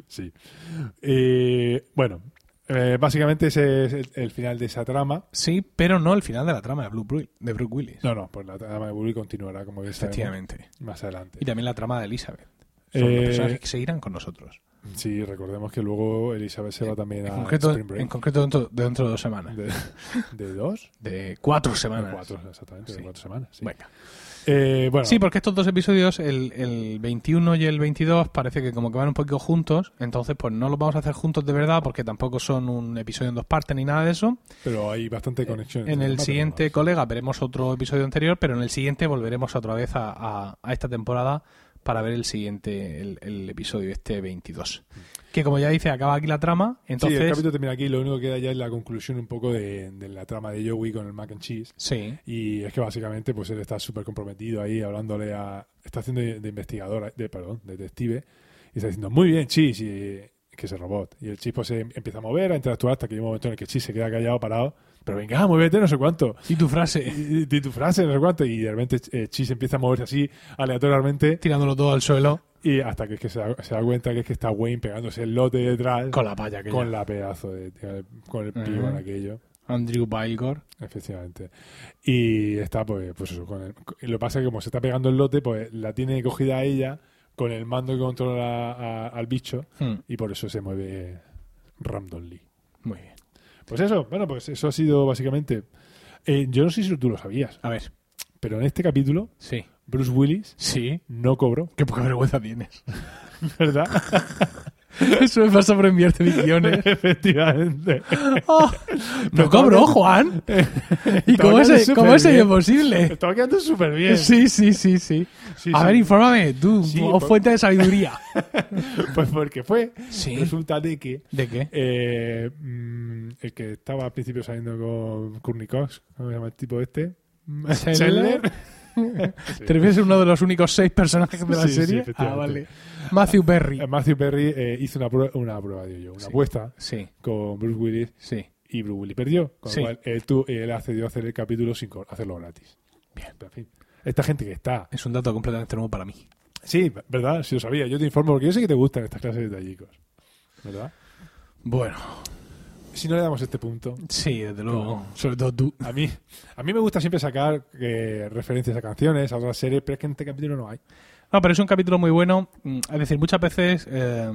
Sí. Eh, bueno, eh, básicamente ese es el, el final de esa trama. Sí, pero no al final de la trama de, Blue Bru- de Brooke Willis. No, no, pues la trama de Bully continuará, como bien sabemos, Efectivamente. más adelante. Y también la trama de Elizabeth. Son los Eh, personajes que seguirán con nosotros. Sí, recordemos que luego Elizabeth se va también En a concreto, Spring en Break. concreto dentro, dentro de dos semanas. De, de dos, De cuatro de semanas. cuatro, exactamente, Sí. de cuatro semanas. Sí, Venga. Eh, bueno, Sí, porque estos dos episodios, el, el 21 y el 22, parece que como que van un poquito juntos. Entonces, pues no los vamos a hacer juntos de verdad porque tampoco son un episodio en dos partes ni nada de eso. pero hay bastante conexión. Eh, En entre el ambas, siguiente, pero colega, veremos otro episodio anterior, pero en el siguiente volveremos otra vez a, a- a esta temporada para ver el siguiente, el, el episodio este 22. Que como ya dice, acaba aquí la trama. no. Sí, el Entonces, capítulo termina aquí. Lo único que queda ya es la conclusión un poco de, de la trama de Joey con el mac and cheese. sí, Y es que básicamente pues él está súper comprometido ahí hablándole a... Está haciendo de, de investigador, de, perdón, detective. Y está diciendo, muy bien, Chis, y, que es el robot. Y el Chis pues se empieza a mover, a interactuar hasta que hay un momento en el que Chis se queda callado, parado. Pero venga, ah, muévete, no sé cuánto. y tu frase, Y, y tu frase, no sé cuánto. Y de repente eh, Chis empieza a moverse así aleatoriamente. tirándolo todo al suelo Y hasta que, es que se, da, se da cuenta que es que está Wayne pegándose el lote detrás. con la palla que con la pedazo de... Con el Ajá. pibón aquello. Andrew Bylgore. Efectivamente. Y está, pues, pues eso. Con el- y lo que pasa es que como se está pegando el lote, pues la tiene cogida a ella con el mando que controla a- al bicho Hmm, y por eso se mueve randomly. muy bien. Pues eso, bueno, pues eso ha sido básicamente... Eh, yo no sé si tú lo sabías, A ver, pero en este capítulo sí, Bruce Willis sí. no cobró, Qué poca vergüenza tienes. ¿verdad? Eso me pasa por enviarte mis guiones. Efectivamente. Oh, no Pero cobro, todavía- Juan. ¿Y Todavía cómo no es, es cómo es superbién. posible? Estaba quedando súper bien. Sí, sí, sí, sí. Sí, A sí. ver, infórmame, tú, Sí, o por- fuente de sabiduría. Pues porque fue. Sí. Resulta de que... ¿De qué? Eh, mm, el que estaba al principio saliendo con Courtney Cox, ¿cómo se llama el tipo este? Chandler. Sí. ¿Te refieres a uno de los únicos seis personajes de la Sí, sí, serie? ah, efectivamente. vale. Matthew Perry. Eh, Matthew Perry eh, hizo una prueba, una prueba digo yo, una Sí. apuesta Sí, con Bruce Willis sí. y Bruce Willis perdió, con Sí. lo cual él, tu- él accedió a hacer el capítulo sin co- hacerlo gratis. Bien, en fin. Esta gente que está. Es un dato completamente nuevo para mí. Sí, ¿verdad? Si lo sabía, yo te informo porque yo sé que te gustan estas clases de tallicos. ¿Verdad? Bueno, Si no le damos este punto, sí, desde luego. Sobre todo tú. a mí, a mí me gusta siempre sacar eh, referencias a canciones, a otras series, pero es que en este capítulo no hay. No, pero es un capítulo muy bueno. Mm, Es decir, muchas veces eh,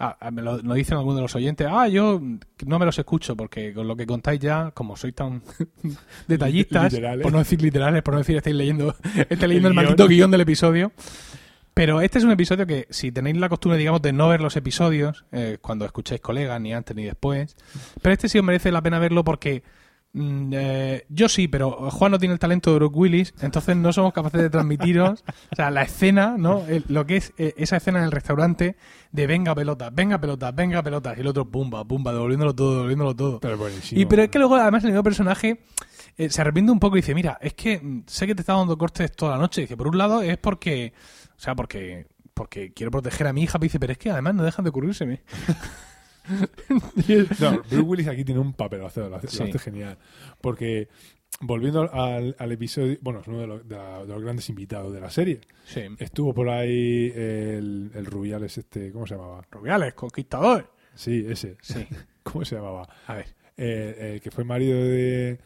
ah, ah, me lo, lo dicen algunos de los oyentes. Ah, yo no me los escucho porque con lo que contáis ya, como sois tan detallistas, Literales. por no decir literales, por no decir estáis leyendo, estáis leyendo el, guión. maldito guión del episodio. Pero este es un episodio que, si tenéis la costumbre, digamos, de no ver los episodios, eh, cuando escucháis colegas, ni antes ni después, pero este sí os merece la pena verlo porque mm, eh, yo sí, pero Juan no tiene el talento de Brooke Willis, entonces no somos capaces de transmitiros, o sea, la escena, ¿no? El- lo que es eh, esa escena en el restaurante de venga pelotas, venga pelotas, venga pelotas, y el otro pumba, pumba, devolviéndolo todo, devolviéndolo todo. Pero buenísimo. Y pero es que luego además el mismo personaje eh, se arrepiente un poco y dice, mira, es que mm, sé que te estaba dando cortes toda la noche. Dice, por un lado es porque, o sea, porque porque quiero proteger a mi hija, pero dice, pero es que además no dejan de ocurrírseme. No, Bruce Willis aquí tiene un papelazo, lo hace, lo Sí. hace genial. Porque, volviendo al, al episodio, bueno, es uno de los, de la- de los grandes invitados de la serie. Sí. Estuvo por ahí el, el Rubiales, este, ¿cómo se llamaba? Rubiales, conquistador. Sí, ese. Sí. ¿Cómo se llamaba? A ver. Eh, el que fue marido de.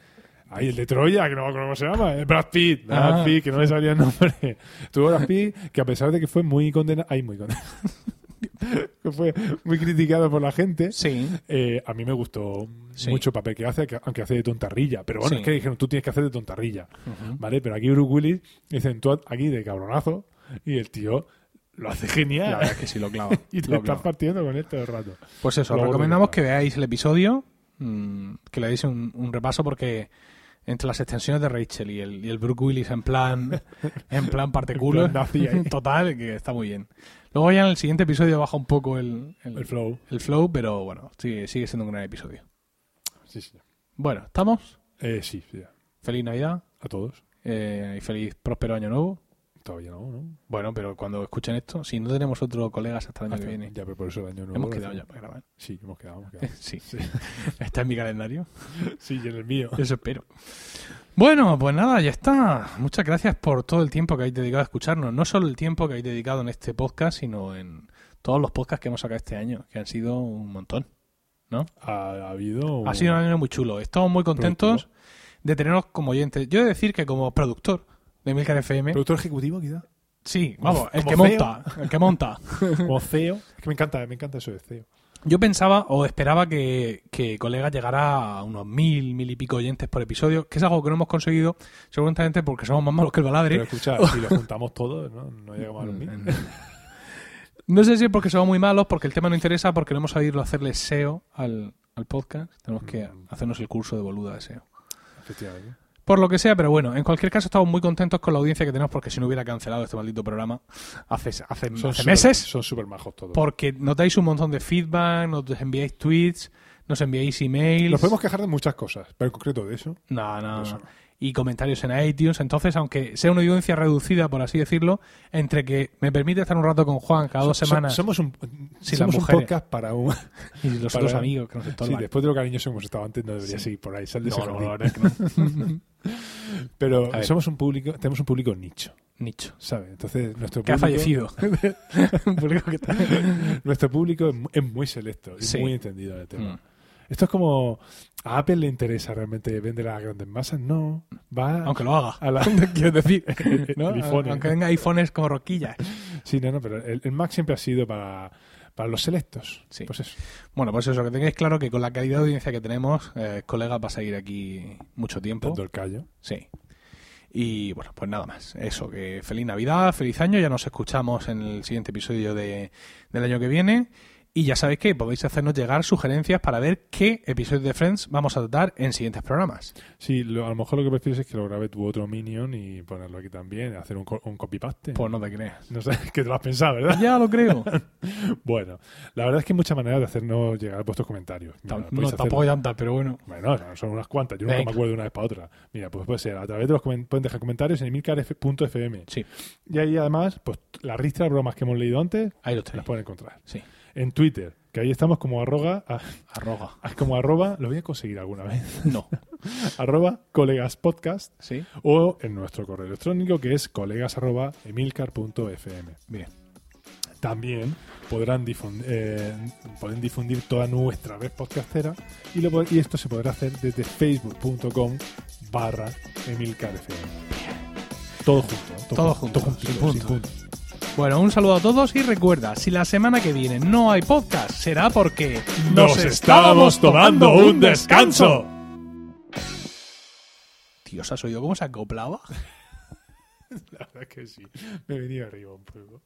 Ahí, el de Troya, que no me acuerdo cómo se llama. eh, Brad Pitt. Brad Ah. Pitt, que no me salía el nombre. Tuvo Brad Pitt, que a pesar de que fue muy condenado. Ay, muy condenado. que fue muy criticado por la gente. Sí. eh, a mí me gustó Sí. mucho el papel que hace, que- aunque hace de tontarrilla. Pero bueno, Sí. es que dijeron, tú tienes que hacer de tontarrilla. ¿Vale? Pero aquí Bruce Willis, dicen, tú aquí de cabronazo. Y el tío lo hace La genial. verdad es que sí lo clava. Y te Lo estás clava. partiendo con esto el rato. Pues eso, Lo recomendamos brutal. que veáis el episodio, mm, que le deis un, un repaso porque entre las extensiones de Rachel y el, y el Brooke Willis en plan en plan parte En culo plan nazi ahí. total que está muy bien luego ya en el siguiente episodio baja un poco el, el- El flow. el flow pero bueno sigue, sigue siendo un gran episodio Sí, sí. bueno estamos Eh, sí, sí, ya. feliz navidad A todos. eh, y feliz próspero año nuevo Todavía no, ¿no? bueno pero cuando escuchen esto si no tenemos otro colegas hasta el año Hasta- que viene Ya, pero por eso el año nuevo. hemos lo quedado ya hacemos. para grabar Sí, hemos quedado. hemos quedado. sí Eh, Sí. está en mi calendario sí, y en el mío. Eso espero. Bueno, pues nada, ya está. Muchas gracias por todo el tiempo que habéis dedicado a escucharnos. No solo el tiempo que habéis dedicado en este podcast, sino en todos los podcasts que hemos sacado este año, que han sido un montón. Ha, ha habido. un- Ha sido un año muy chulo. Estamos muy contentos de teneros como oyentes. Yo he de decir que como productor de Milcar FM, Productor ejecutivo, quizá. sí, vamos, el como que CEO. monta, el que monta. Como CEO. Es que me encanta, me encanta eso de E CEO. Yo pensaba o esperaba que, que Colega llegara a unos mil, mil y pico oyentes por episodio, que es algo que no hemos conseguido, seguramente porque somos más malos que el baladre. Mm, Pero escucha, si lo juntamos todos, ¿no? No llegamos a los mil. No sé si es porque somos muy malos, porque el tema no interesa, porque no hemos sabido hacerle SEO al, al podcast. Tenemos que Mm. hacernos el curso de boluda de SEO. Efectivamente. Por lo que sea, pero bueno, en cualquier caso estamos muy contentos con la audiencia que tenemos porque si no hubiera cancelado este maldito programa hace, hace, hace súper- meses, Son súper majos todos. porque nos dais un montón de feedback, nos enviáis tweets, nos enviáis emails. Nos podemos quejar de muchas cosas, pero en concreto de eso. No, no, de eso no. Pues no. Y comentarios en iTunes. Entonces, aunque sea una audiencia reducida, por así decirlo, entre que me permite estar un rato con Juan cada dos So- semanas somos un, Sí, somos las un mujeres. podcast para un. y los para- otros amigos que nos Sí, estorban. después de lo cariñoso que hemos estado antes, no debería Sí. seguir por ahí. Sal de No, ese no, jardín. la verdad es que no. Pero A ver. somos un público, tenemos un público nicho, Nicho. ¿sabes? Entonces, nuestro Que ha público, fallecido. Un público que está- nuestro público es, mu- es muy selecto y Sí. muy entendido del tema. Mm. Esto es como a Apple le interesa realmente vender a las grandes masas, no. Va Aunque lo haga. a la Quiero decir, ¿no? El iPhone. aunque venga iPhones como roquillas. Sí, no, no, pero el, el Mac siempre ha sido para, para los selectos. Sí. Pues eso. Bueno, pues eso, que tengáis claro que con la calidad de audiencia que tenemos, eh, colegas, va a seguir aquí mucho tiempo. Dando el callo. Sí. Y bueno, pues nada más. Eso, que feliz Navidad, feliz año. Ya nos escuchamos en el siguiente episodio de- del año que viene. Y ya sabéis que podéis hacernos llegar sugerencias para ver qué episodios de Friends vamos a tratar en siguientes programas. Sí, lo- a lo mejor lo que prefieres es que lo grabe tu otro Minion y ponerlo aquí también, hacer un, co- un copy-paste. Pues no te creas. No sé, que te lo has pensado, ¿verdad? Ah, Ya lo creo. Bueno, la verdad es que hay muchas maneras de hacernos llegar vuestros comentarios. Mira, Tam- podéis no, hacer- tampoco hay tantas, pero bueno. Bueno, no, son unas cuantas, yo nunca Venga. me acuerdo de una vez para otra. Mira, pues puede ser, a través de los comen- pueden dejar comentarios en emilcar.fm. Sí, Y ahí además, pues la ristra de bromas que hemos leído antes, ahí lo las tenéis. pueden encontrar. Sí, En Twitter, que ahí estamos como arroga, a- arroga. a- Ah, como arroba, lo voy a conseguir alguna vez, No. arroba colegaspodcast Sí. o en nuestro correo electrónico que es colegas arroba emilcar.fm. Bien. También podrán difundir, eh, pueden difundir toda nuestra red podcastera y, lo pod- y esto se podrá hacer desde facebook.com barra emilcarfm. Todo junto. ¿no? Todo jun- junto, sin punto. sin punto. Bueno, un saludo a todos y recuerda, si la semana que viene no hay podcast, será porque Dios, ¿has oído cómo se acoplaba? La verdad que sí. Me venía arriba un poco.